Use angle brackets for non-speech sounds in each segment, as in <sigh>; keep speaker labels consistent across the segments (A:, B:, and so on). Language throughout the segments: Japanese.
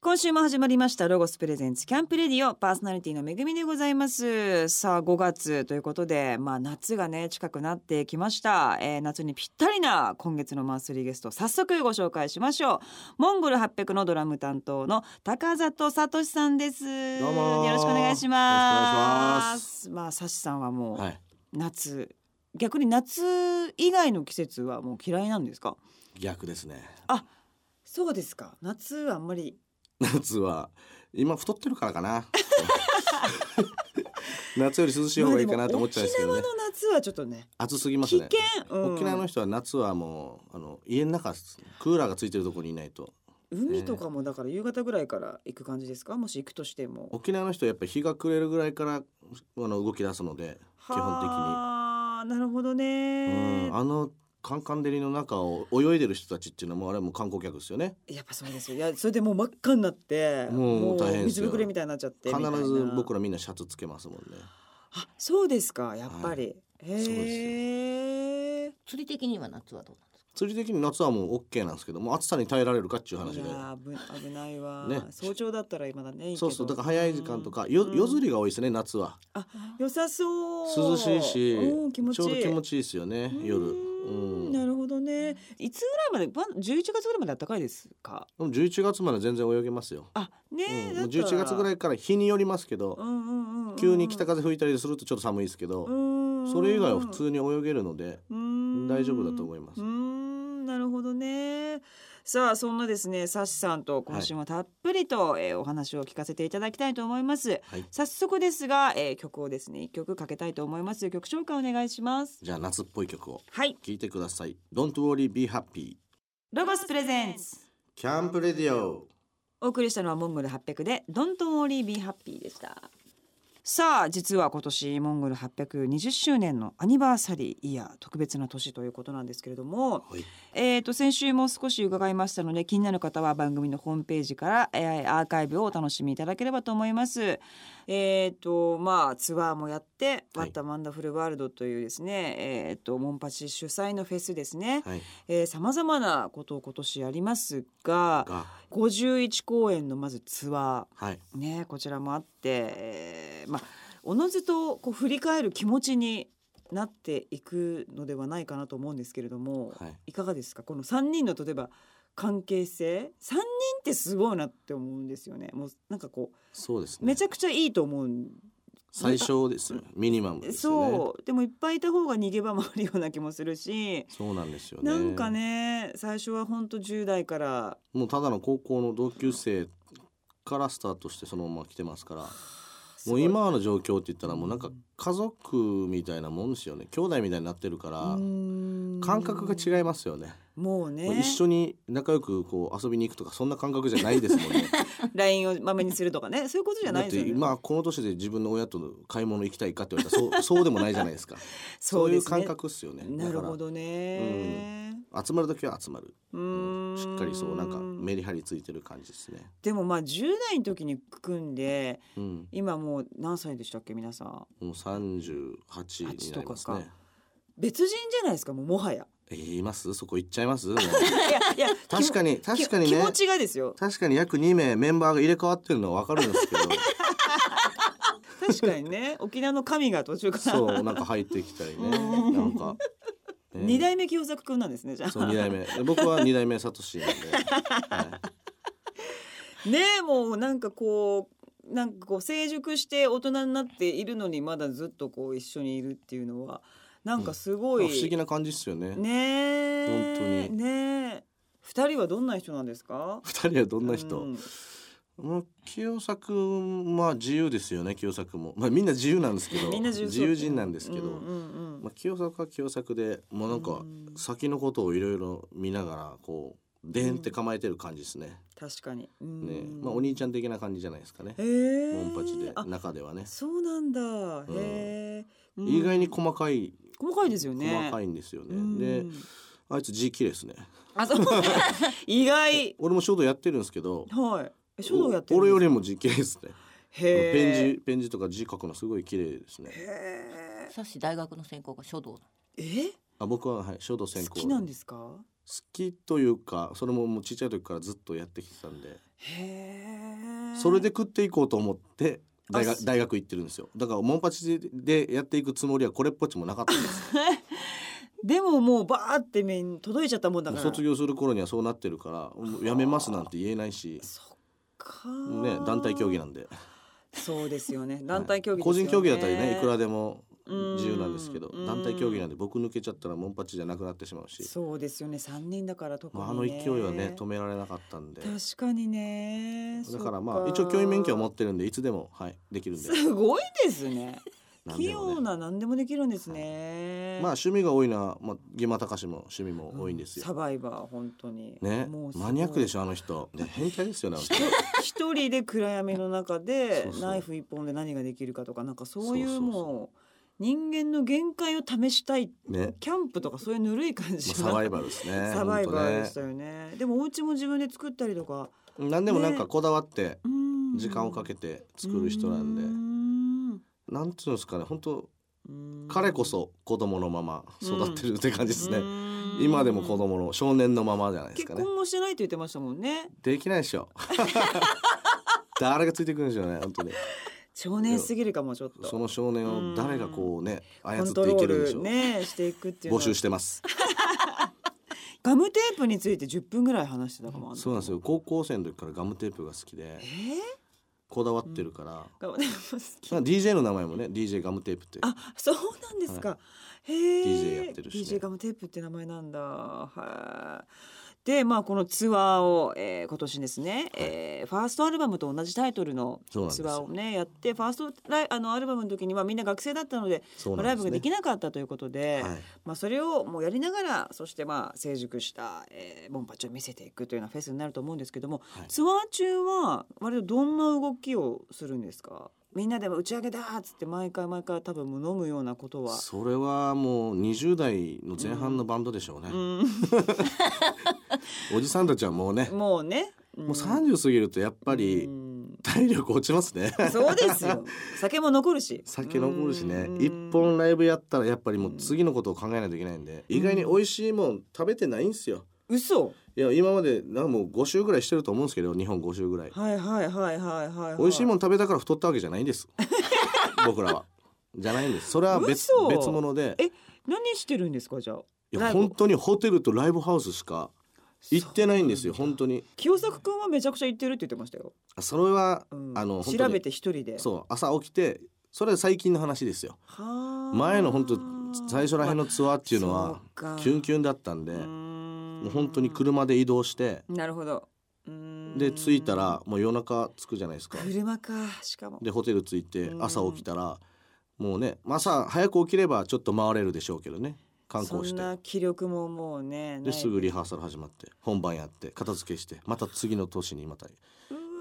A: 今週も始まりましたロゴスプレゼンツキャンプレディオパーソナリティのめぐみでございますさあ5月ということでまあ夏がね近くなってきました、えー夏にぴったりな今月のマンスリーゲスト早速ご紹介しましょうモンゴル800のドラム担当の高里聡さんです
B: どうも
A: よろしくお願いします
B: よろしくお願いします
A: まあさしさんはもう
B: はい、
A: 夏、逆に夏以外の季節はもう嫌いなんですか
B: 逆ですね。 <laughs>
A: そうですか夏はあんまり
B: 夏は今太ってるからかな。夏より涼しい方がいいかなと思っちゃうんですけど
A: まあ
B: ね
A: で。も沖縄の夏はちょっとね
B: 暑すぎます
A: 危
B: ね
A: 険。、うん
B: 沖縄の人は夏はもうあの家の中クーラーがついてるところにいないと
A: 海とかもだから夕方ぐらいから行く感じですかもし行くとしても
B: 沖縄の人はやっぱ日が暮れるぐらいからあの動き出すので基本的に
A: はあなるほどね
B: うん、あのカンカン照りの中を泳いでる人たちっていうのはもうあれはもう観光客ですよね
A: やっぱそうですよいやそれでもう真っ赤になって
B: もう大変です
A: 水
B: よ
A: ぶくれみたいになっちゃって
B: 必
A: みたいな
B: ず僕らみんなシャツつけますもんね
A: あそうですかやっぱり、
B: すよ
A: へえ
C: 釣り的には夏はどうなんですか
B: 釣り的に夏はもう OK なんですけどもう暑さに耐えられるかっていう話
A: い
B: で
A: やーぶ危ないわ、
B: ね
A: 早朝だったら今だねいいけど
B: そうそうだから早い時間とかよ
A: うん
B: 夜釣りが多いですね夏は
A: 良さそう
B: 涼しいし
A: うん気持
B: ち
A: ちい
B: ょ
A: うい
B: ど気持ちいいですよね夜
A: う
B: うんん
A: な
B: で
A: るほどねいつぐらいまでば11月ぐらいまで暖かいですか
B: も11月まで全然泳げますよ
A: あね
B: うん
A: え、
B: もう11月ぐら
A: い、
B: いから日によりますけど
A: うんうんうんうん、
B: 急に北風吹いたりするとちょっと寒いですけどそ
A: そ
B: れ以外は普通に泳げるので大丈夫だと思います
A: うーんなるほどねさあそんなですねサシさんと今週もたっぷりと、えーお話を聞かせていただきたいと思います、
B: はい
A: 早速ですが、えー曲をですね一曲かけたいと思います曲紹介お願いします
B: じゃあ夏っぽい曲を
A: はい
B: 聴いてください「Don't Worry Be Happy
A: ロゴスプレゼンツ」
B: キャンプレディオ
A: お送りしたのはモンゴル800で「ドントモーリービーハッピー」でしたさあ実は今年モンゴル820周年のアニバーサリーイヤー特別な年ということなんですけれども、
B: はい
A: えー、と先週も少し伺いましたので気になる方は番組のホームページから、えーアーカイブをお楽しみいただければと思います。えーとまあ、ツアーもやって「
B: は
A: ワ
B: い
A: ッタマンダフルワールド」というですね、えー、とモンパチ主催のフェスですね
B: はい
A: さまざまなことを今年やりますが
B: が
A: 51公演のまずツア
B: はい
A: ーねこちらもあって、えーまあおのずとこう振り返る気持ちになっていくのではないかなと思うんですけれども、
B: はい
A: い、かがですかこの3人の例えば関係性3人ってすごいなって思うんですよねもうなんかこ
B: そうです
A: うめ
B: ね
A: ちゃくちゃいいと思うん
B: 最小ですよミニマムですよね
A: そうでもいっぱいいた方が逃げ場もあるような気もするし、
B: そうなんですよね
A: なんかね最初は本当10代から
B: もうただの高校の同級生からスタートしてそのまま来てますからもう今の状況って言ったらもうなんか家族みたいなもんですよね兄弟みたいになってるから感
A: 感
B: 覚が違いますよね
A: もう
B: もう
A: ね
B: 一緒に仲良くこう遊びに行くとかそんな感覚じゃないですも
A: <laughs>
B: んね
A: ラインをまめにするとかねそういうことじゃな
B: だ
A: い
B: っ
A: ですよ
B: て
A: ね。
B: まあこの年で自分の親との買い物行きたいかって言われたらそう <laughs> そうでもないじゃないです
A: <laughs>
B: かそう
A: で
B: いう
A: すね
B: 感覚っすよね
A: なるほ
B: だか
A: どね。
B: ら集まる時は集まる
A: う
B: う
A: ー
B: ん
A: ん
B: しっかりそうなんかメリハリついてる感じですね
A: でもまあ10代の時に組んで
B: うん
A: 今もう何歳でしたっけ皆さん
B: もう38になります
A: 8とか
B: ね
A: か別人じゃないですかもうもはや
B: えー言いますそこ行っちゃ
A: <laughs>
B: いますもう
A: いやいや
B: <laughs> 確かに
A: き
B: 確かに
A: き
B: ね
A: 気持ちがですよ
B: 確かに約2名メンバーが入れ替わってるのは分かるんですけど
A: <laughs> 確かに
B: <laughs>
A: ね沖縄の神が途中から
B: そうなんか入ってきたりねなんか、ね
A: <laughs> 二代目清作くんなんですねじゃあ
B: そう二代目で僕は二代目サトシなんで、は
A: ねえもうなんかこうなんかこう成熟して大人になっているのにまだずっとこう一緒にいるっていうのはなんかすごい、
B: い、不思議な感じですよね
A: ねえ
B: 本当に
A: ねえ二人はどんな人なんですか
B: 二人はどんな人、
A: うん
B: もう清作まあ自由ですよね清作もまあみんな自由なんですけど
A: みんな自由そう
B: 人なんですけど、
A: うんうんうん
B: まあ、清作は清作でもうなん
A: う
B: か
A: ん
B: 先のことをいろいろ見ながらこうでんって構えてる感じですね、
A: 確かに、
B: ねまあお兄
A: ち
B: ちゃん的な感じじゃないですかね
A: ゃんへえ
B: モンパチで
A: あ
B: 中ではね
A: そうなんだ、へえ、うん
B: 意外に細かい、
A: 細かいですよね
B: 細か
A: い
B: いんですよね、であいつ字綺麗ですね
A: あ
B: <laughs>
A: そう意外
B: 俺も書道やってるんですけど
A: はいえ書道やってるんですか
B: 俺よりも字綺麗ですね
A: へえ
B: ペン字ペン字とか字書くのすごい綺麗ですね
A: へ
C: さっし大学の専攻が書道
A: え
B: あ僕は、はい、書道専
A: え
B: 攻
A: 好きなんですか
B: 好きというかそれももうちっちゃい時からずっとやってきてたんで
A: へえ
B: それで食っていこうと思って大
A: あ
B: 学
A: そ
B: 大学行ってるんですよだからモンパチでやっていくつもりはこれっぽっちもなかったんです
A: でももうバーって面届いちゃったもんだ
B: も
A: か
B: う
A: ら
B: 卒業する頃にはそうなってるからもうやめますなんて言えないし、
A: そっか
B: ね、団体競技なんんで
A: そうですよね団体競技
B: 個人競技だったり
A: ですよ
B: ねいくらでも自由なんですけど
A: うん
B: 団体競技なんで僕抜けちゃったらモンパチじゃなくなってしまうし、
A: そうですよね三人だから特に
B: ま
A: ね、
B: あ、あの勢いはね止められなかったんで
A: 確かにね
B: だからまあ一応教員免許は持
A: っ
B: ってるんでいつでも、はい、できるんで。
A: すごいですね
B: なん
A: 器
B: でも
A: 用
B: ね
A: な何でもできるんですね、
B: まあ趣味が多いのは、まあ、ゲマ高志も趣味も多いんですよ
A: サ。バイバー本当に
B: ね、マニアックで
A: ょ
B: しょあの人、ね、変態ですよねあの人
A: 一人で暗闇の中で
B: そうそう
A: ナイフ一本で何ができるかとかなんかそうい
B: そ
A: う
B: うそうそう
A: もう人間の限界を試したい
B: ね、
A: キャンプとかそういうぬるい感
B: まあ
A: じ
B: サバイ
A: バ
B: バルです
A: <laughs>
B: ね
A: サバイバーで
B: 本
A: した
B: 当ね
A: よねでもお家も自分で作ったりとか
B: 何でもなんかこだわって時
A: 時
B: 間をかけて作る人なんで、なんつうんですかね本当彼こそ子供のまま育ってるって感じですね、今でも子供の少年のままじゃないです
A: 結
B: かね
A: 婚もしてないって言ってましたもんね
B: できないで
A: <laughs>
B: しょ誰がついてくるんでしょうね本当に
A: 少年すぎるかもちょっ
B: そ
A: と
B: の少年を誰がこうね
A: コ
B: 操っ
A: ント
B: てい
A: ロ
B: け
A: ー
B: るんでしょ
A: ル
B: う、
A: ねしていくっていうの
B: 募
A: は
B: 集してます
A: ガムテープについて10分ぐらい話してたかも
B: そうなんです
A: よ
B: よ高校生の時からガムテープが好き
A: え
B: で
A: ー
B: こだわってるから、
A: ガムテープ好き
B: まあ DJ の名前もね DJ ガムテープって
A: あ、そうなんですか。へえ。
B: DJ やってるしね
A: DJ ガムテープって名前なんだ。はい。で、まあこのツアーを、えー今年ですね、えーファーストアルバムと同じタイトルの
B: そうなんで
A: ツ
B: すよ
A: アーをねやって、ファーストライあのアルバムの時にはみんな学生だったので、
B: そう
A: まあ
B: なん
A: ライ
B: で
A: ブ
B: す
A: がで
B: ね
A: きなかったということで、
B: はい、
A: まあそれをもうやりながら、そしてまあ成熟した、えー、ボンパチを見せていくというようなフェスになると思うんですけども、
B: はい
A: ツアー中は割とどんな動きをするんですかみんなでも打ち上げだーっつって毎回毎回多分もう飲むようなことは。
B: それはもう20代の前半のバンドでしょうね
A: う、ん、
B: おじさんたちはもうね、
A: もうね、
B: もう
A: やっ
B: 30過ぎるとやっぱり体力落ちますね、 <laughs>
A: そうですよ酒も残るし
B: 酒残るしね
A: うん
B: 一本ライブやったらやっぱりもう次のことを考えないといけないんで意外に美味しいもん食べてないんですよ
A: 嘘
B: いや今までなんかもう5週ぐらいしてると思うんですけど日本5週ぐらい
A: はいはいはいはいはい、はい、
B: 美味しいも
A: ん
B: ん食べたから太ったわけじゃないんです
A: <laughs>
B: 僕らはじゃないんですそれは別
A: 嘘
B: 別物で
A: え何してるんですかじゃあ
B: い
A: ラ
B: や
A: イブ
B: 本当にホテルとライブハウスしか行ってないんですよ本当に
A: 清作くんはめちゃくちゃ行ってるって言ってましたよ、
B: それは、
A: うん、
B: あの本当
A: 調
B: に
A: べて一人でう
B: そう朝起きてそれは最近の話ですよ前
A: 前
B: の本当最初らへんのツアーっていうのはキュンキ
A: ュ
B: ュンだったんでも
A: も
B: う本当に車で移動して
A: なるほどうーん
B: で着いたらもう夜中着くじゃないですか
A: 車かしかも
B: でホテル着いて
A: うん
B: 朝起きたらもうねまあ朝早く起きればちょっと回れるでしょうけどね観光し
A: そん
B: て
A: な気力ももうねない
B: ですぐリハーサル始まって本番やって片付けしてまた次の年にまた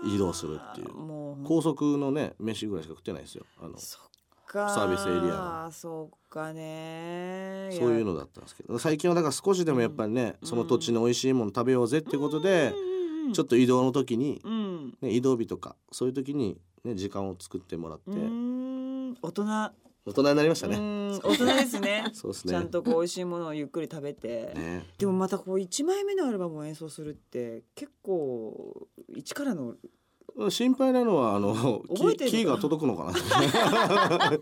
B: 移動するっていう
A: わーもう本当
B: 高速のね飯ぐらいしか食ってないですよあのそ
A: そっか
B: サービスエリア
A: のそっかね
B: ういう
A: の
B: のだったんですけど最近はだから少しでもやっぱりね
A: うん
B: その土地の美味しいもの食べようぜってことでちょっ
A: と
B: と移動の時に
A: うん
B: ね移動日とかそういう時にね時間を作ってもらって
A: うーん大人う
B: 大人になりましたね
A: ーん大人ですね
B: <laughs> そうです
A: ちゃ
B: ね
A: んとこう美味しいものをゆっくり食べて
B: ね
A: でもまたこう1枚目のアルバムを演奏するって結構一からの
B: 心配なのはあのキ
A: 覚えて
B: ーキー
A: るの
B: が届くのかな <laughs>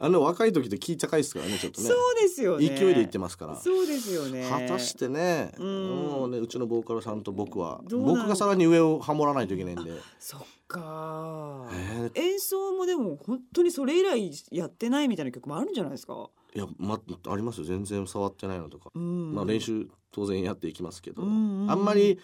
B: あの若い時ってキー高いですからねちょっとね
A: そうですよね
B: 勢いで言ってますから
A: そうですよね
B: 果たしてね、
A: うん
B: もうねうちのボーカルさんと僕は
A: どうなの
B: 僕がさらに上をハモらないといけないんで、
A: そっか
B: えー
A: 演奏もでも本当にそれ以来やってないみたいな曲もあるんじゃないですか、
B: いや、ま、ありますよ全然触ってないのとか、
A: うん、
B: まあ、練習当然やっていきますけど、
A: うんうん
B: あんまり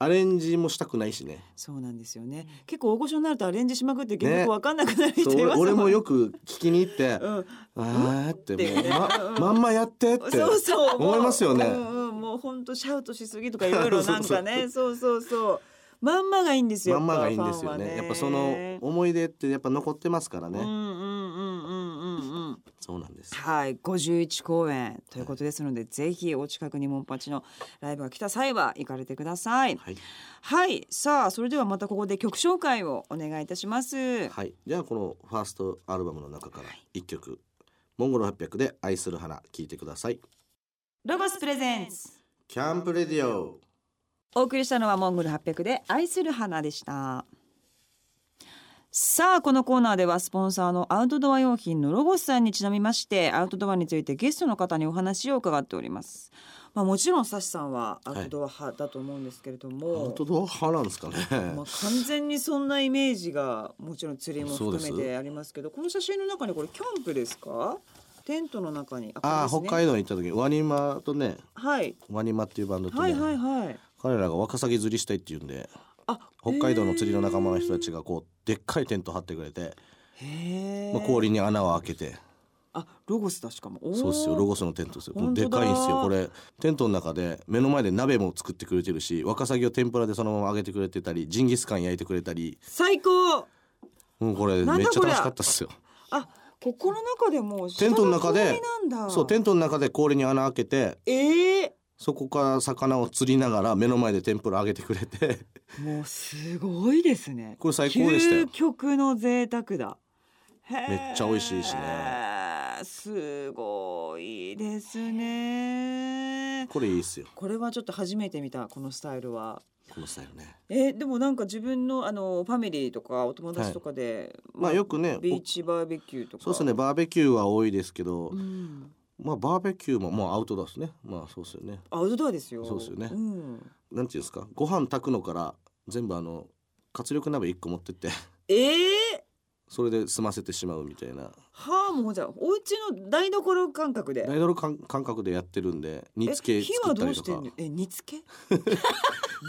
B: アレンジもしたくないしね
A: そうなんですよね。結構大御所になるとアレンジしまくって
B: ね
A: 結局わかんなくなる人
B: そう
A: います
B: 俺も
A: よ。
B: よく聞きに行って
A: うん、
B: 「あー」って
A: って
B: もう、
A: ね
B: ままんまやってって
A: そうそう
B: 思いますよね
A: もううんうん、もう本当シャウトしすぎとかいろいろなんか
B: <laughs>
A: ね、そうそうそう。まんまがいいんですよ。
B: まんまがいいんですよ
A: ファ
B: ね
A: ンは
B: やっぱその思い出ってやっぱ残ってますからね、
A: うんうんうんうんうんうん。
B: そうなんです
A: はい、51公演ということですので、ぜひお近くにモンパチのライブが来た際は行かれてください。はい、
B: はい、
A: さあそれではまたここで曲紹介をお願いいたします。
B: はい、じゃあこのファーストアルバムの中から一曲、モンゴル800で愛する花聞いてください
A: ロゴスプレゼンツ。
B: キャンプレディオ
A: お送りしたのはモンゴル800で愛する花でした。さあこのコーナーではスポンサーのアウトドア用品のロゴスさんにちなみましてアウトドアについてゲストの方にお話を伺っております。まあもちろんサシさんはアウトドア派だと思うんですけれども、
B: アウトドア派なんですかね。
A: まあ完全にそんなイメージがもちろん釣りも含め
B: そうで
A: てありますけどこの写真の中にこれキャンプですかテントの中に
B: ああ、北海
A: 道
B: 道に行った時ワニマとね
A: はい
B: ワニマっていうバンドとね、
A: はいはいはい
B: 彼らがワカサギ釣りしたいっていうんで
A: あ
B: 北海道の釣りの仲間の人たちがこうでっかいテント張ってくれて、
A: へえ、
B: まあ、氷に穴を開けて
A: あロゴスだしかもおー
B: そうですよロゴスのテントですよも
A: 本
B: う
A: 当だ
B: でかいんですよこれテントの中で目の前で鍋も作ってくれてるしワカサギを天ぷらでそのまま揚げてくれてたりジンギスカン焼いてくれたり
A: 最高
B: もうこれ
A: なんだ
B: めっちゃ
A: こり
B: 楽
A: ゃ
B: しかったっすよ
A: あここの中でもう
B: テントの中で
A: 下が氷なんだ
B: そうテントの中で氷に穴開けて
A: ええ
B: そこから魚を釣りながら目の前で天ぷら揚げてくれて <laughs>
A: もうすごいですね
B: これ最高でしたよ
A: 究極の贅沢だ
B: めっちゃ美味しいしね
A: ねすごいですね
B: これいいっすよ
A: これはちょっと初めて見たこのスタイルは
B: このスタイルね
A: えでもなんか自分のあのファミリーとかお友達とかで、
B: まあよくね
A: ビーチバーベキューとか
B: そうですねバーベキューは多いですけど、
A: うん
B: まあバーベキューももうアウトドアですねまあそうですよね
A: アウトドアですよ
B: そうですよね
A: ん
B: なんていうんですかご飯炊くのから全部あの活力鍋1個持ってって <laughs>
A: ええ
B: それで済ませてしまうみたいな
A: はあもうじゃあお家の台所感覚で
B: 台所感感覚でやってるんで煮付け
A: え火
B: 作
A: は
B: った
A: ど
B: り
A: う
B: と
A: してん
B: か
A: のえ煮付け
B: <laughs>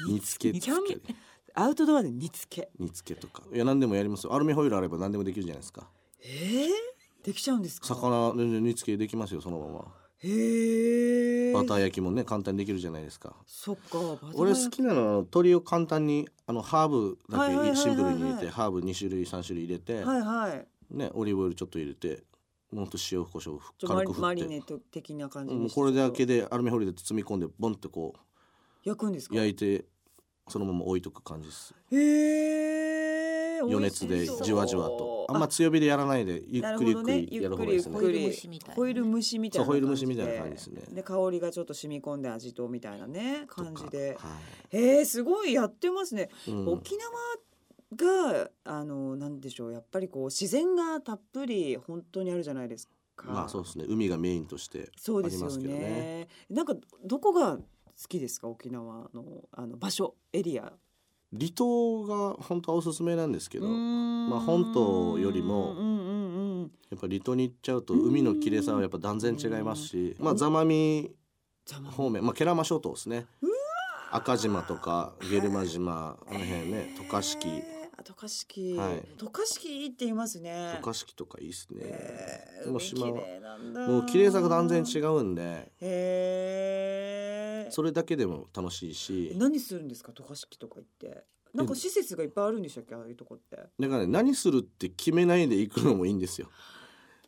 B: 煮付
A: 煮付け
B: けつけ
A: キャンアウトドアで煮付け
B: 煮付けとかいや何でもやりますよアルミホイルあれば何でもできるじゃないですか
A: えー、できちゃうんですか
B: 魚全然煮付けできますよそのまま
A: へえ
B: バター焼きもね簡単にできるじゃないですか
A: そっかバター
B: 俺好きなのは鶏を簡単にあのハーブだ
A: はいはいはいはい
B: け
A: はい
B: シンプルに入れてハーブ2種類3種類入れて、
A: はいはい
B: ね、オリーブオイルちょっと入れてもっと塩コショウ
A: ちょマ
B: 軽
A: リ
B: く振
A: マ
B: っ
A: リ
B: て
A: ネと的な感じ
B: も
A: に
B: う
A: して
B: これだけ
A: ちょっ
B: でアルミホイルで包み込んでボンってこと
A: 焼くんです
B: う
A: か
B: 焼いてそのまま置いとく感じです
A: へえ
B: 余熱でじわじわとあんま
A: つ
B: 強火でやらないでゆっくりゆっくり
A: ゆ
B: や
A: っ
B: る
A: く
B: 方
A: り
B: がいい
A: ゆっ
B: ですね
C: ホイ
A: く
C: ル蒸
A: り
C: しみたいな
A: ホイル蒸しみたい
B: そ
A: な感じ
B: うホイル蒸しみたいな感じですね
A: で香りがちょっと染み込んで味とみたいなね感じで
B: とかはい
A: へえすごいやってますね
B: うん
A: 沖縄があのなんでしょうやっぱりこう自然がたっぷり本当にあるじゃないですか。
B: まあそうですね海がメインとして
A: そうですよ
B: ありますけど
A: ね
B: ね。
A: なんかどこが好きですか沖縄のあの場所エリア。
B: 離島が本当はおすすめなんですけどや
A: ま
B: あ本島よりも
A: うんうんうん。
B: っぱ離島に行っちゃうと海の綺麗さはやっぱ断然違いますしまあ座間味
A: 邪魔。
B: 方面まあ慶良間諸島ですね赤島とかゲルマ島あの辺ね渡嘉敷
A: えー。あ渡嘉敷。
B: はい
A: 渡嘉敷いいって言いますね。
B: 渡嘉敷とかいいですね
A: えー
B: でも島は
A: 海綺麗なんだ
B: もう綺麗さが断然違うんで
A: へえ。
B: それだけでも楽しいし
A: 何するんですか渡嘉敷とか行ってなんか施設がいっぱいあるんでしたっけああいうとこって
B: だからね何するって決めないで行くのもいいんですよ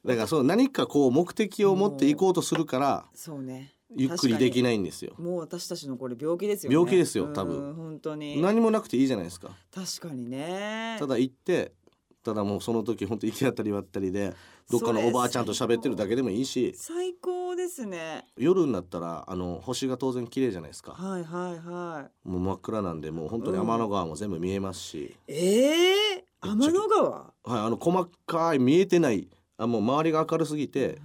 B: だからそう何かこう目的を持って行こうとするから
A: そうね
B: ゆっくりできないんですよ
A: もう私たちのこれ病気ですよね
B: 病気ですよ多分
A: うん本当に
B: 何もなくていいじゃないですか
A: 確かにね
B: ただ行ってただもうその時本当行き当たり割ったりでどっかのおばあちゃんと喋ってるだけでもいいし
A: 最高ですね
B: 夜になったらあの星が当然綺麗じゃないですか
A: はいはいはい
B: もう真っ暗なんでもう本当に天の川も全部見えますし、
A: ええー、天の川
B: はい、あの細かい見えてないあもう周りが明るすぎて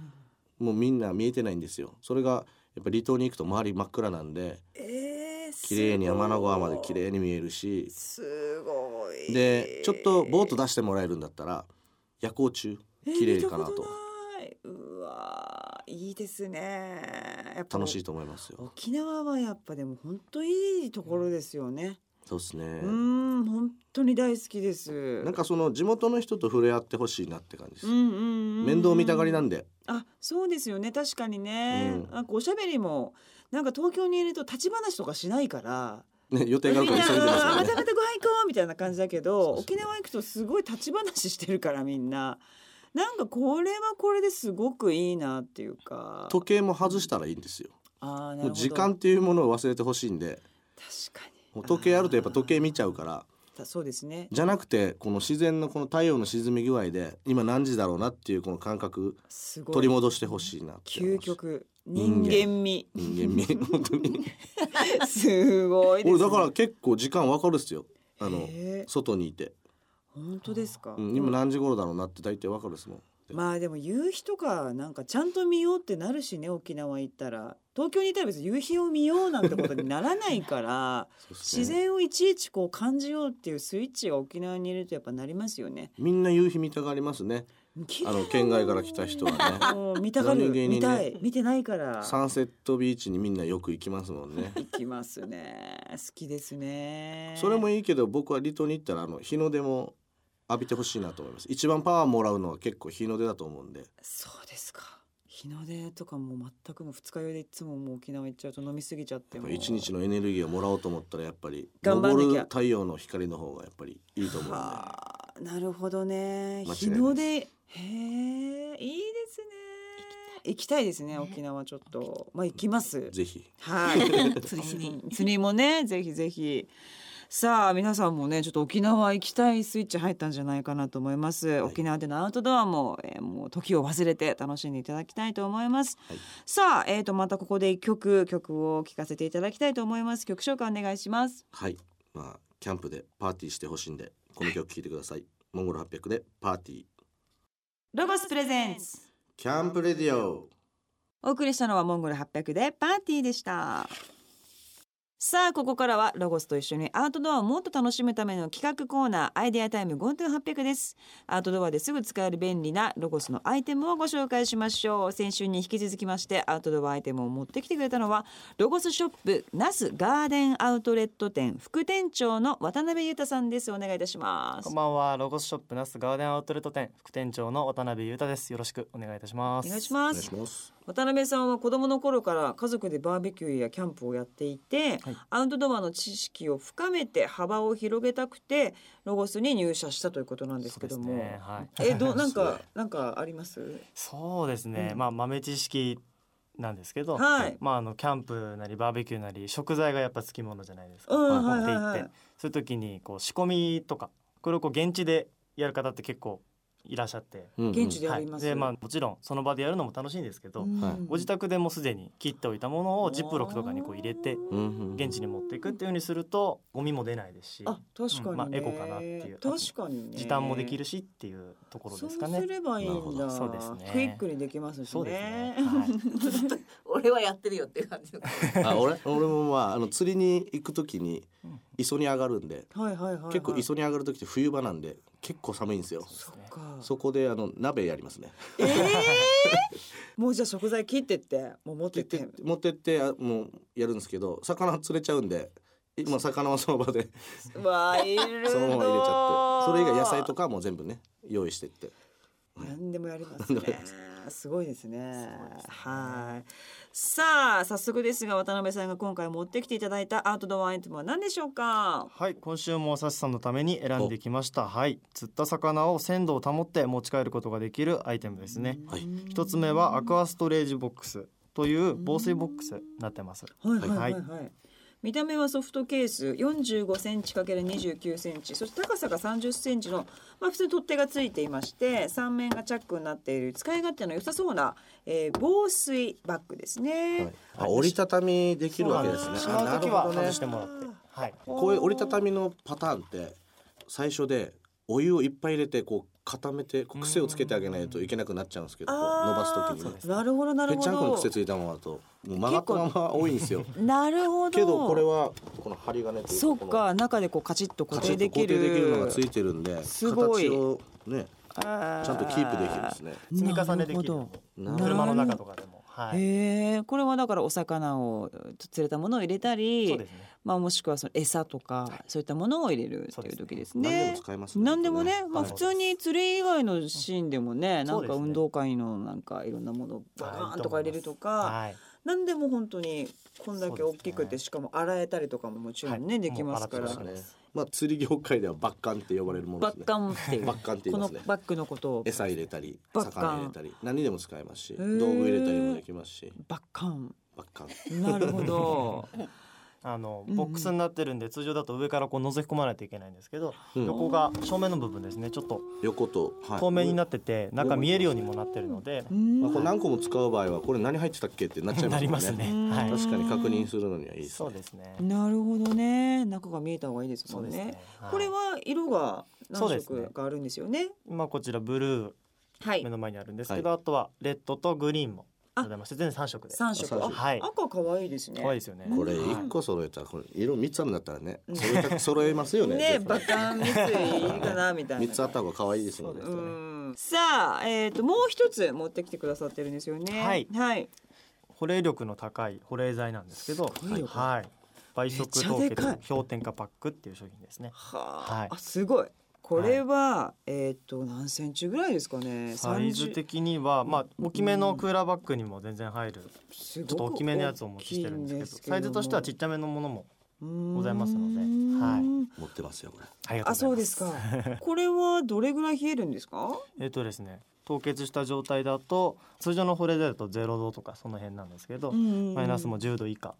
B: もうみんな見えてないんですよそれがやっぱ離島に行くと周り真っ暗なんで
A: ええー、すごい
B: 綺麗に天の川まで綺麗に見えるし
A: すごい
B: でちょっとボート出してもらえるんだったら夜光中綺麗か
A: えー見
B: な
A: たこ
B: と
A: とないうわーいいですねやっぱ
B: 楽しいと思いますよ
A: 沖縄はやっぱでも本当いいところですよね。
B: そうです
A: う
B: ね
A: ーん、本当に大好きです。
B: なんかその地元の人と触れ合ってほしいなって感じです
A: うんうんうんうん
B: 面倒見たがりなんで
A: あ、そうですよね。確かにね。
B: うん
A: なんかおしゃべりもなんか東京にいると立ち話とかしないから。
B: ね予定があるから急いでます
A: あ
B: よ
A: ま
B: ね
A: たまたご飯行こうみたいな感じだけど、
B: そうそう
A: 沖縄行くとすごい立ち話してるからみんな。なんかこれはこれですごくいいなっていうか。
B: 時計も外したらいいんですよ
A: あーなる
B: も
A: ほ
B: う
A: ど
B: 時間っていうものを忘れてほしいんで
A: 確か
B: も
A: に。
B: う時計あるとやっぱ時計見ちゃうから
A: あー。そうですね。
B: じゃなくてこの自然のこの太陽の沈み具合で今何時だろうなっていうこの感覚
A: すごい。
B: 取り戻してほしいなって思い
A: 究
B: ます
A: 極人
B: 人間
A: 間味
B: 人間
A: <laughs>
B: 味本当に
A: すごいです、ね、
B: 俺だから結構時間わかるっすよあの
A: へえ
B: 外にいて
A: 本当ですか、
B: うん、今何時頃だろうなって大体わかるですもん
A: まあでも夕日とかなんかちゃんと見ようってなるしね沖縄行ったら東京にいたら別に夕日を見ようなんてことにならないから
B: <laughs> そうっすね
A: 自然をいちいちこう感じようっていうスイッチが沖縄にいるとやっぱなりますよね。
B: みんな夕日見たがりますね
A: 綺麗
B: あ
A: だ
B: の
A: な
B: 県外から来た人はね
A: <laughs> もう見たがる、
B: 何気にね
A: 見たい見てないから
B: サンセットビーチにみんなよく行きますも
A: <laughs>
B: んね
A: 行きますね好きですね
B: それも
A: い
B: いいけど僕は離島に行ったらあの日の出も浴びてほしいなと思います一番パワーもらうのは結構日の出だと思うんで
A: そうですか日の出とかもう全くもう二日酔いでいつももう沖縄行っちゃうと飲みすぎちゃってもう
B: 一日のエネルギーをもらおうと思ったらやっぱり
A: 頑張んなきゃ
B: 昇る太陽の光の方がやっぱりいいと思うんで
A: はあなるほどね
B: 間違いない
A: 日の出へえいいですね行きたいですね
C: ね
A: 沖縄ちょっとまあ行きます
B: ぜひ
A: はい
C: 釣りしに
A: うん釣りもねぜひぜひさあ皆さんもねちょっと沖縄行きたいスイッチ入ったんじゃないかなと思います、
B: い
A: 沖縄でのアウトドアも、えーもう時を忘れて楽しんでいただきたいと思います、
B: はい
A: さあえーとまたここで一曲曲を聴かせていただきたいと思います曲紹介お願いします
B: はいまあキャンプでパーティーしてほしいんでこの曲聴いてくださいモンゴル800でパーティー
A: ロゴスプレゼンツ
B: キャンプレディオ
A: お送りしたのはモンゴル800でパーティーでしたさあここからはロゴスと一緒にアウトドアをもっと楽しむための企画コーナーアイデアタイム GoTo800 ですアウトドアですぐ使える便利なロゴスのアイテムをご紹介しましょう先週に引き続きましてアウトドアアイテムを持ってきてくれたのはロゴスショップ那須ガーデンアウトレット店副店長の渡辺裕太さんですお願いいたします
D: こんばんは、ロゴスショップナスガーデンアウトレット店副店長の渡辺裕太です。よろしくお願いいたしま
A: お
D: す。
A: 願いし
B: お
A: ま
B: 願い
A: す
B: します
A: 渡辺さんは子どもの頃から家族でバーベキューやキャンプをやっていて、
D: はい
A: アウトドアの知識を深めて幅を広げたくてロゴスに入社したということなんですけども、
D: そうですねはい
A: えどう
D: <laughs>
A: なん
B: そう
A: か
B: ですね
A: なんかあります
D: そうですね、
A: うん
D: まあ豆知識なんですけど、
A: はい
D: まああのキャンプなりバーベキューなり食材がやっぱつきものじゃないですか。
A: うん
D: 持って
A: はいはいはい
D: 行って、そういう時にこう仕込みとか、これをこう現地でやる方って結構いらっしゃって、
B: うんうん
A: 現地でやりま
D: い、
A: す、
D: でまあもちろんその場でやるのも楽しいんですけど、
A: うん
B: はい
D: ご自宅でもうすでに切っておいたものをジップロックとかにこう入れて。
B: うんうん
D: 現地に持っていくっていうふうにするとゴミも出ないですし
A: あ確かにね、
D: うんまあエコかなっていう
A: 確かにね
D: 時短もできるしっていうところですか
A: そう
D: ね
A: す。ればいい
B: なるほ
A: んだ
B: ど
D: そうですね
A: クイックにできますし
D: そうです
A: ね
D: ね。はい
C: 俺はやってるよっていう感じ <laughs> の。
B: あ俺俺もまああの釣りに行く時に磯に上がるんで
A: <laughs> はいはいはいはい
B: 結構磯に上がる時って冬場なんで結構寒いんですよ
A: そっか
B: そこであの鍋やりますね
A: ええ
B: <laughs>
A: ー、もうじゃあ食材切ってってもう持ってって
B: 持ってってあもうやるんですけど魚釣れちゃうんで今魚はその場で
A: ワイルド
B: そのまま入れちゃってそれ以外野菜とかはもう全部ね用意してって
A: 何でもやりますね
B: 何でもやります
A: ごいですね
D: すね
A: はいさあ早速ですが渡辺さんが今回持ってきていただいたアウトドアアイテムは何でしょうか
D: <laughs> はい、今週もサシさんのために選んできました。はい、釣った魚を鮮度を保って持ち帰ることができるアイテムですね。
B: はい
D: 一つ目はアクアストレージボックスという防水ボックスになってます。
A: はいはいはい、はい見た目はソフトケース45センチ ×29 センチそして高さが30センチの、まあ、普通に取っ手がついていまして三面がチャックになっている使い勝手の良さそうな、えー防水バッグですね。
B: はいあ折りたたみできるわけですね
D: し
B: あ
D: まう
B: な
D: 時
B: る
D: は
B: ほどね
D: 外してもらって。はい。
B: こういう折りたたみのパターンって最初でお湯をいっぱい入れてこう固めてこう癖をつけてあげないといけなくなっちゃうんですけどこう
A: あー
B: 伸ばす時
D: そ
B: に
D: うで
B: ね
D: す
A: なるほどな
B: ぺ
A: る
B: っ
A: ほ
B: ちゃんこの癖
A: ど。
B: ついたままだともう曲がったまま多いんですよ
A: なるほど。
B: けどこれはこの針金という
A: そっ
B: この
A: か中でこうカチッと固
B: カチッ
A: 定
B: と
A: で
B: 固
A: き
B: 定で
A: る。
B: きるのがついてるんです
A: ごい
B: 形をね
A: ちゃ
B: ちゃんとキープできるんですね
D: 積み重ねできるの
B: なるほ
D: も。
B: ど
D: 車の中とかでも。は
A: へ
D: い。
A: えこれはだからお魚を釣れたものを入れたり、
D: そうですね。
A: まあ、もしくはその餌とかそういったものを入れるっていう時です
B: 何で
A: ね
B: も。使えます
A: 何でもね、まあ、
D: はい
A: 普通に釣り以外のシーンでもね、な
D: そうんです
A: か
D: ね
A: 運動会のなんかいろんなものをバーンとか入れるとか、
D: はい。
A: 何でも本当にこんだけ大き
D: そ
A: く
D: うです
A: て
D: ね
A: しかも洗えたりとかももちろんね
D: はい
A: できますから
D: もう洗
B: そう
D: って
B: ですねまあ釣り業界ではバッカンって呼ばれるもの
A: バッ
B: ですね
A: カンっていう
B: バッカンって
A: こ
B: 言いま
A: の
B: すね
A: バッグのことを
B: 餌入れたり
A: バッカン
B: 魚入れたり何にでも使えますし
A: へー
B: 道具入れたりもできますし
A: バッカン
B: バッカン
A: なるほど。
D: あの
A: うんうん
D: ボックスになってるんで通常だと上からこう覗き込まないといけないんですけど、
B: うん
D: 横が正面の部分ですねちょっと
B: 横と、はい
D: 透明になってて中見えるようにもなってるので、
A: うん
B: まあ、これ何個も使う場合はこれ何入ってたっけってなっちゃいますもん
D: なりますね。はい
A: うん
B: 確かに確認するのにはいいです
D: そ
B: ね
D: うですね。
A: なるほどね中が見えた方がいいです
D: そ
A: も
D: うんで
A: ね
D: すね。はい
A: これは色が
D: そう
A: 何
D: ですね
A: 色かあるんですよね
D: 今こちらブル
A: はい
D: ー目の前にあるんですけど、あとはレッドとグリーンもございまして全3色で。
A: 三色
B: あ
A: あ
B: 三色
D: はい。
A: 赤可愛いですね
D: 可愛いですよね。
B: これ
D: はい
B: 一個揃えたらこれ色三つあるんだったらね揃えた揃えますよ
D: <laughs>
B: ね
A: ね
B: 絶
A: バ
B: 対
A: カンミスいるかなみたいな
B: 三つあった方が可愛いですもんね
D: そう
A: う
D: ですよね
A: んさあえっ、ともう一つ持ってきてくださってるんですよね
D: はい
A: はい
D: 保冷力の高い保冷剤なんですけど、
A: ごいよこれ
D: はい。倍速凍
A: めっちゃで
D: 結
A: かい
D: 氷点下パックっていう商品ですね。
A: はあ、
D: はい
A: あすごいこれは、えっ、と何センチぐらいですかね
D: サイズ
A: 30
D: 的にはまあ大きめのクーラーバッグにも全然入る
A: すご
D: ちょっと大きめのやつをお持ちしてるんですけどサイズとしてはちっちゃめのものも
A: ご
D: ございますのではい
B: 持ってますよこれ
D: ありがと
A: あ
D: うござい
A: そう
D: ます
A: です
D: <laughs>
A: かこれはどれぐらい冷えるんですか
D: えっ、とですね凍結した状態だと通常の保冷剤だと0度とかその辺なんですけど、マ
A: マ
D: イナスも10度以下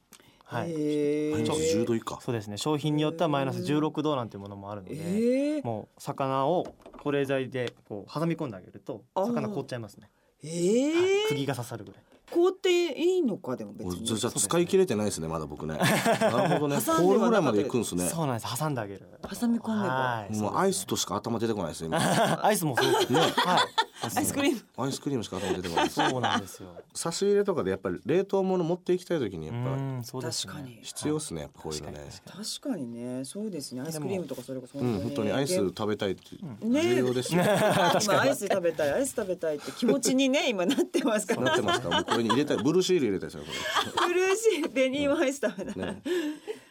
D: はい、
A: え
B: 毎日10度以下
D: そうですね商品によってはマイナス16度なんていうものもあるので、
A: えー、
D: もう魚を保冷剤でこう挟み込んであげると
A: あー
D: 魚凍っちゃいますね、
A: え
D: はい
A: ー、
D: 釘が刺さるぐらい
A: 凍っていいのかでも別
B: もう
A: に
B: じゃじゃあ使い切れてないですねまだ僕ねなるほど
A: 挟んでは
B: ね
A: なかった
B: ホールぐらいまで行くんですね
D: そうなんです挟んであげる
A: 挟み込んでも
D: はい
B: もうアイスとしか頭出てこないですね今
D: アイスもそうですねはい
A: <laughs> アイスクリーム
B: アイスクリームしか頭出てこないです
D: そうなんですよ
B: 差し入れと <laughs> かでやっぱり冷凍物持っていきたい時に
D: う
B: やっぱ
D: んそうですね
A: 確かに
B: 必要ですねやっぱこういう
D: 確
B: の
D: かに
B: ね
D: 確か
A: 確かにねそうですねアイスクリームとかそれこそ
B: うん本当にアイス食べたいって
A: ね
B: 重要ですよ
A: 今アイス食べたいアイス食べたいって気持ちにね今なってますか
B: な
A: ら
B: ってますからもうこれに入れたいブルーシール入れたいですよこ
A: ブルーシーベニーもアイス食べたい、
B: れね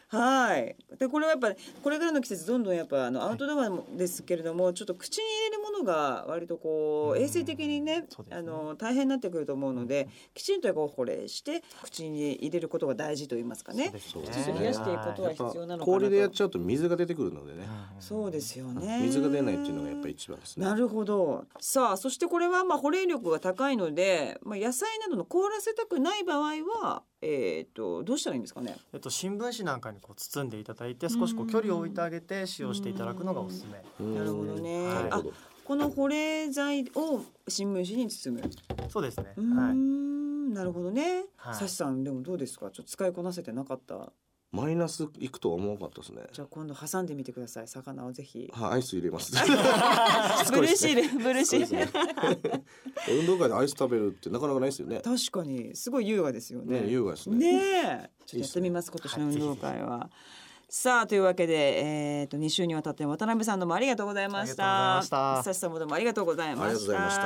A: はいでこれはやっぱこれからの季節どんどんやっぱあのアウトドアもですけれども、ちょっと口に入れるものが割とこう
D: うん
A: 衛生的にね,、
D: そうですね
A: あの大変になってくると思うのできちんとこう保冷して口に入れることが大事と言いますかね。
D: そう
B: ね
D: で
A: ちょっ
D: す
A: と
D: ね
A: 冷やしていくこと
B: や
A: は
B: っ
A: 必要なのかな
B: ぱ
A: と
B: 氷でやっちゃうと水が出てくるのでね
A: そうですよね。
B: 水が出ないっていうのがやっぱ一番ですね
A: なるほどさあそしてこれはまあ保冷力が高いので、まあ、野菜などの凍らせたくない場合は、えー、とどうしたらいいんですかね
D: えっと、新聞紙なんかにこう包んでいただいて少しこう距離を置いてあげて使用していただくのがおすすめ
B: うん
A: なるほどね
B: なるほど
A: この保冷剤を新聞紙に包む
D: そうですね
A: うーん
D: は
A: なるほどね
D: はい
A: さしさんでもどうですかちょっと使いこなせてなかった
B: マイナスいくとは思わなかったですね
A: じゃあ今度挟んでみてください魚をぜ
B: <laughs>
A: ひ
B: はいアイス入
A: <laughs>
B: れます
A: ブルー
B: ー
A: シールブルーシール
B: <laughs> 運動会でアイス食べるってなかなかないですよね
A: 確かにすごい優雅ですよね
B: ね優雅ですね
A: ねえ、ちょっとやってみます今年の運動会は。さあというわけで、えー、と2週にわたって渡辺さんどうもありがとうございました。
D: ありがとうございました
A: 久志さんもどうもありがとうござい
B: あり
A: ま
B: がとうご
A: した。
B: ざいまし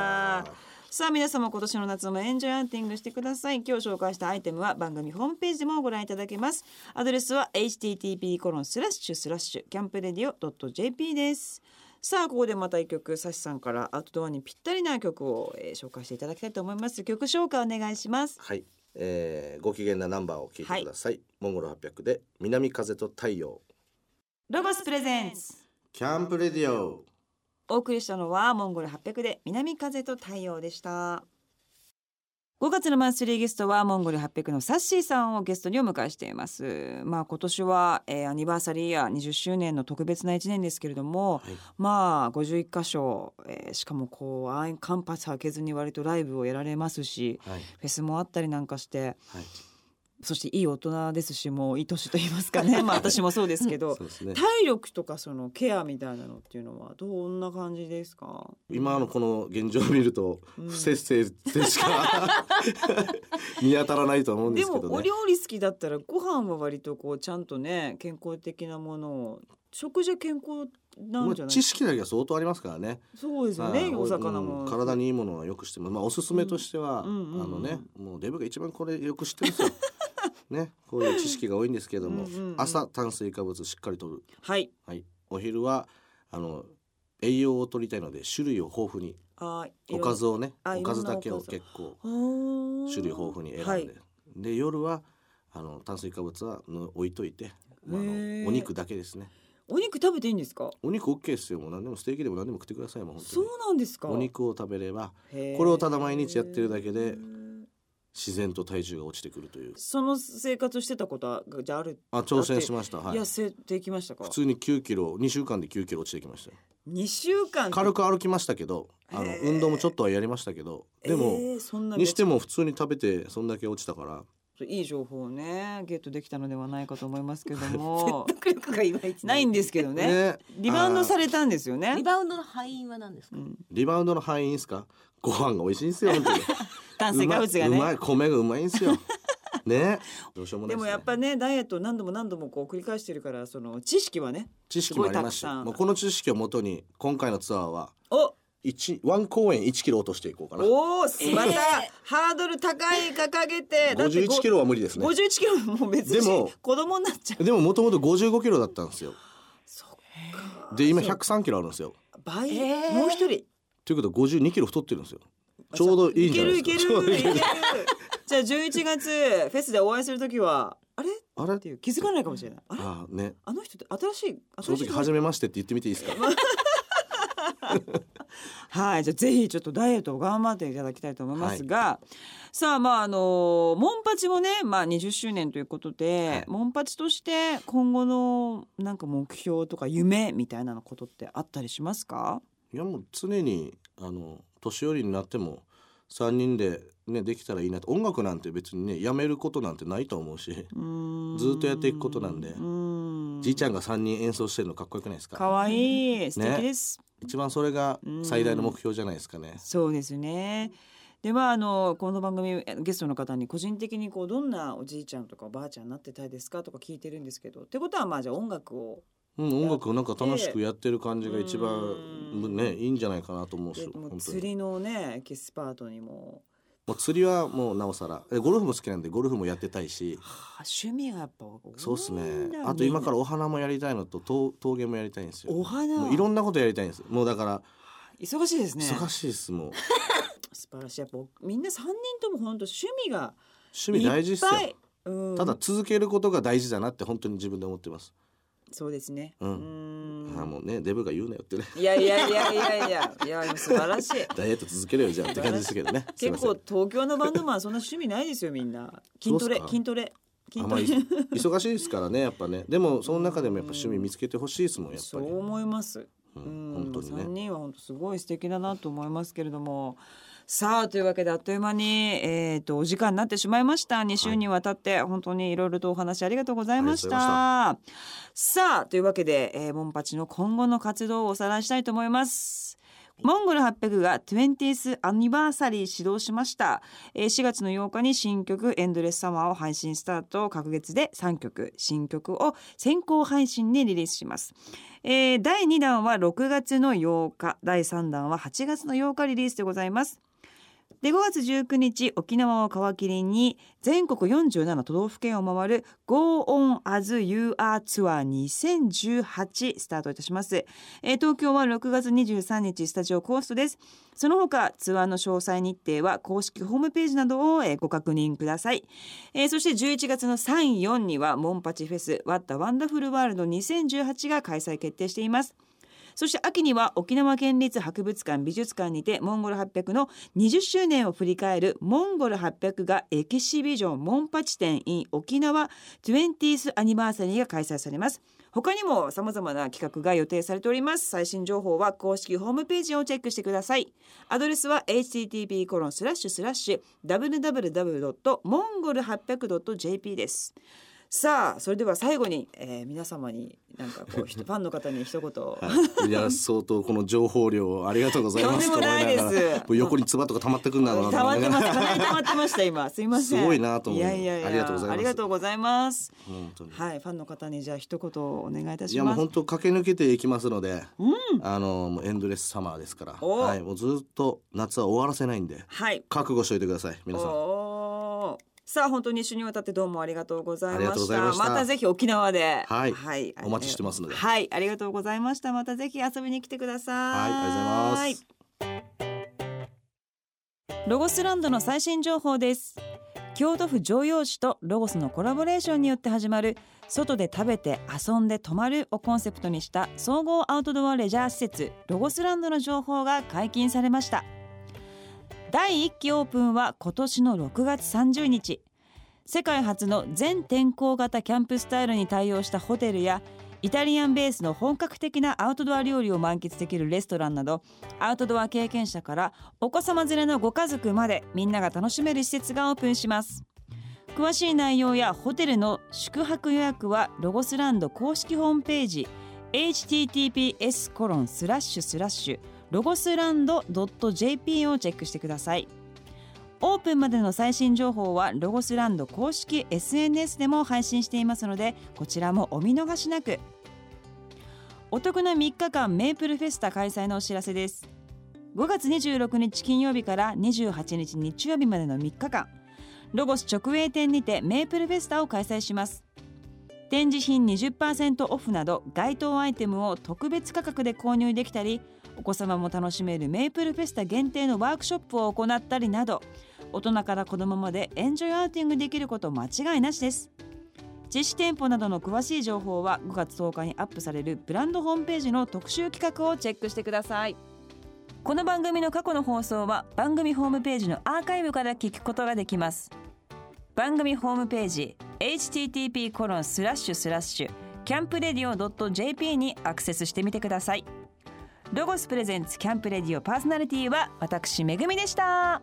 B: た
A: さあ皆様今年の夏もエンジョイアンティングしてください今日紹介したアイテムは番組ホームページでもご覧いただけますアドレスは http コロンスラッシュスラッシュキャンプレディオ .jp ですさあここでまた一曲サシさんからアウトドアにぴったりな曲を、えー紹介していただきたいと思います曲紹介お願いします
B: はい、えー、ご機嫌なナンバーを聞いてください、モンゴル800で南風と太陽
A: ロゴスプレゼンツ
B: キャンプレディオ
A: お送りしたのはモンゴル800で南風と太陽でした5月のマンスリーゲストはモンゴル800のサッシーさんをゲストにお迎えしていますまあ今年は、えーアニバーサリーイヤー20周年の特別な1年ですけれども、
B: はい
A: まあ51箇所、えーしかもこうあ間髪開けずに割とライブをやられますし
B: はい
A: フェスもあったりなんかして
B: はい
A: そしていい大人ですしもういい年と言いますか
B: <laughs>
A: ねまあ私もそうですけど
B: そうですね
A: 体力とかそのケアみたいなのっていうのはどんな感じですか
B: 今のこの現状を見ると
A: うん
B: 不摂生でし
A: <laughs>
B: か見当たらないと思うんで
A: です
B: け
A: も
B: ど
A: お
B: ね
A: 料理好きだったらご飯は割とこうちゃんとね健康的なものを食事は健康なんじゃな
B: まあ
A: い
B: 知識だけは相当ありますからね
A: そうですよね、
B: はい
A: お魚も、
B: うん体にいいものはよくしてますまあおすすめとしては、
A: うんうんうんうん
B: あのねもうデブが一番これよく知ってる
A: <laughs>
B: んですよねこういう知識が多いんですけども、
A: うんうんうん
B: 朝炭水化物しっかりとる
A: はい
B: はいお昼はあの栄養を取りたいので種類を豊富に
A: あー
B: おかずをね
A: あ
B: おかずだけ
A: い
B: を
A: ろんなおかず
B: 結構
A: 種
B: 種類豊富に選んで、
A: はい、
B: で夜はあの炭水化物はの置いといて、まあ、あ
A: へ
B: の
A: ー
B: お肉だけですね
A: お肉食べていいんですか
B: お肉 OK ですよもう何でもステーキでも何でも食ってくださいもう本
A: そ
B: 当
A: う
B: に
A: なんですか
B: お肉を食べれば
A: へー
B: これをただ毎日やってるだけで自然と体重が落ちてくるという
A: その生活してたことはじゃあある、
B: あ挑戦しましたはい
A: 痩せていきましたか
B: 普通に9キロ2週間で9キロ落ちてきましたよ
A: 2週間
B: 軽く歩きましたけどあの
A: へー
B: 運動もちょっとはやりましたけどでも、
A: えーそんな
B: にしても普通に食べてそんだけ落ちたから
A: いい情報をねゲットできたのではないかと思いますけども
C: 迫力がいまいち
A: ないんですけどねリバウンドされたんですよ
C: すリ
A: ね、
C: バウンドの敗因は何です
A: う
C: か、
A: ん、
B: リバウンドの範囲ですかご飯が美味しいんですよ本当
A: <laughs>
B: に
A: 炭水化物が
B: う
A: ね
B: まいうまい米がうまいんで
A: <laughs>
B: すよねどうしようもな
A: で
B: いす
A: も
B: ね
A: やっぱねダイエットを何度も何度もこう繰り返してるからその知識はね
B: 知識もありますし
A: すごいたくさん
B: もうこの知識をもとに今回のツアーは
A: お
B: 一ワン公演1キロ落としていこうかな
A: おー
C: えー
A: またハードル高い掲げてだって
B: 51キロは無理ですね
A: 五十一キロもう別
B: で
A: に
B: も
A: 子供になっちゃう
B: でももともと55キロだったんですよ
A: そっ
B: で今103キロあるんですよ
A: 倍、
C: えー
A: もう一人
B: ということは52キロ太ってるんですよちょうどいいんじゃないですか
A: いけるいけ
B: ちょ
A: る
B: う
A: いけ
B: ど
A: るじゃあ十一月フェスでお会いするときはあれっ
B: あれ
A: ていう気づかないかもしれないあれ
B: ああね
A: あの人って新しい
B: その時
A: 新し
B: 初
A: い
B: めましてって言ってみていいですか
A: はいじゃあぜひちょっとダイエットを頑張っていただきたいと思いますが、さあまああのモンパチもねまあ20周年ということで、
B: はい
A: モンパチとして今後のなんか目標とか夢みたいなのことってあったりしますか？
B: いやもう常にあの年寄りになっても3人で、ね、できたらいいなと音楽なんて別にねやめることなんてないと思うし
A: うーん
B: ずっとやっていくことなんで
A: うー
B: じいちゃんが3人演奏してるのかっこよくないですか
A: 可愛い素敵です、
B: 一番それが最大の目標じゃないですかね。
A: そうですねでまああのこの番組えゲストの方に個人的にこうどんなおじいちゃんとかおばあちゃんになってたいですかとか聞いてるんですけどってことはまあじゃあ音楽を
B: うん、音楽をなんか楽しくやってる感じが一
A: う
B: 番
A: ん
B: ねいいんじゃないかなと思う
A: で
B: し本
A: も
B: 当
A: う
B: に
A: 釣りのねエキスパートにも
B: もう釣りはもうなおさらえゴルフも好きなんでゴルフもやってたいし
A: はあ趣味がやっぱ多いんだ
B: そうですねあと今からお花もやりたいのと陶陶芸もやりたいんですよ
A: お花
B: もういろんなことやりたいんですもうだから
A: 忙しいですね
B: 忙しいですもう
A: 素晴らしいやっぱみんな三人とも本当趣味が
B: 趣味大事ですよ
A: いっぱいうん
B: ただ続けることが大事だなって本当に自分で思ってます、
A: そうですね
B: うん
A: ーん
B: ああもうねデブが言うなよってね <laughs>
A: いやいやいやいやいやいやでも素晴らしい
B: ダイエット続けるよじゃあって感じです
A: <laughs>
B: けどねすいま
A: 結
B: せん
A: 構東京のバンドマンそんな趣味ないですよみんな筋トレ
B: そうっすか
A: 筋トレ筋ト
B: あまり
A: レ
B: 忙しいですからねやっぱねでもその中でもやっぱ趣味見つけてほしいですもんやっぱ
A: そ
B: り、
A: う思います
B: う
A: うん
B: ん、本当にね
A: 3人は本当すごい素敵だなと思いますけれどもさあというわけであっという間に、えー、とお時間になってしまいました2週にわたって本当にいろいろとお話ありがとうございましたさあというわけで、えーモンパチの今後の活動をおさらいしたいと思います。モンゴル800が 20th アニバーサリー始動しました、えー4月の8日に新曲「エンドレスサマー」を配信スタート各月で3曲新曲を先行配信でリリースしますえー第2弾は6月の8日第3弾は8月の8日リリースでございますで5月19日沖縄を皮切りに全国47都道府県を回る Go on as you are ツアー2018スタートいたします、えー東京は6月23日スタジオコーストですその他ツアーの詳細日程は公式ホームページなどを、えーご確認くださいえーそして11月の3、4にはモンパチフェス「ワッタワンダフルワールド2018」が開催決定しています。そして秋には沖縄県立博物館美術館にてモンゴル800の20周年を振り返るモンゴル800がエキシビジョンモンパチ展 in 沖縄 20th アニバーサリーが開催されます他にも様々な企画が予定されております最新情報は公式ホームページをチェックしてくださいアドレスは http コロンスラッシュスラッシュ www.mongol800.jp ですさあそれでは最後に、えー皆様になんかこうひとファンの方に一言
B: はい、いや相当この情報量ありがとうございま
A: <laughs>
B: す
A: とんでもないです
B: と思がらもう横に唾とか溜まってくんだろうなと
A: 溜ま
B: 思
A: っ
B: い
A: て
B: なが
A: ま
B: ら
A: すか
B: <laughs>
A: なり溜まってました今すいません
B: すごいなと思う
A: いやいやいや
B: ありがとうございます
A: ありがとうございます
B: 本当に
A: はいファンの方にじゃあ一言お願いいた
B: い
A: し
B: やもう
A: ます
B: 本当駆け抜けていきますので、あのもうエンドレスサマーですから、
A: お
B: はい、もうずっと夏は終わらせないんで
A: はい
B: 覚悟しておいてください皆さん
A: おーさあ本当に一緒にわたってどうもありがとうござい
B: あり
A: ま
B: がとう
A: し
B: ござい
A: た
B: ました
A: ぜひ沖縄では
B: はいお待ちしてますので
A: はいありがとうございましたまたぜひ遊びに来てください
B: はいありがとうございます
A: ロゴスランドの最新情報です京都府常陽市とロゴスのコラボレーションによって始まる外で食べて遊んで泊まるをコンセプトにした総合アウトドアレジャー施設ロゴスランドの情報が解禁されました第1期オープンは今年の6月30日世界初の全天候型キャンプスタイルに対応したホテルやイタリアンベースの本格的なアウトドア料理を満喫できるレストランなどアウトドア経験者からお子様連れのご家族までみんなが楽しめる施設がオープンします詳しい内容やホテルの宿泊予約はロゴスランド公式ホームページ https コロンスラッシュスラッシュロゴスランド .jp をチェックしてくださいオープンまでの最新情報はロゴスランド公式 SNS でも配信していますのでこちらもお見逃しなくお得な3日間メープルフェスタ開催のお知らせです5月26日金曜日から28日日曜日までの3日間ロゴス直営店にてメープルフェスタを開催します展示品20%オフなど該当アイテムを特別価格で購入できたりお子様も楽しめるメープルフェスタ限定のワークショップを行ったりなど大人から子供までエンジョイアウティングできること間違いなしです実施店舗などの詳しい情報は5月10日にアップされるブランドホームページの特集企画をチェックしてくださいこの番組の過去の放送は番組ホームページのアーカイブから聞くことができます番組ホームページ http コロンスラッシュスラッシュキャンプレディオ .jp にアクセスしてみてくださいロゴスプレゼンツキャンプレディオパーソナリティは私めぐみでした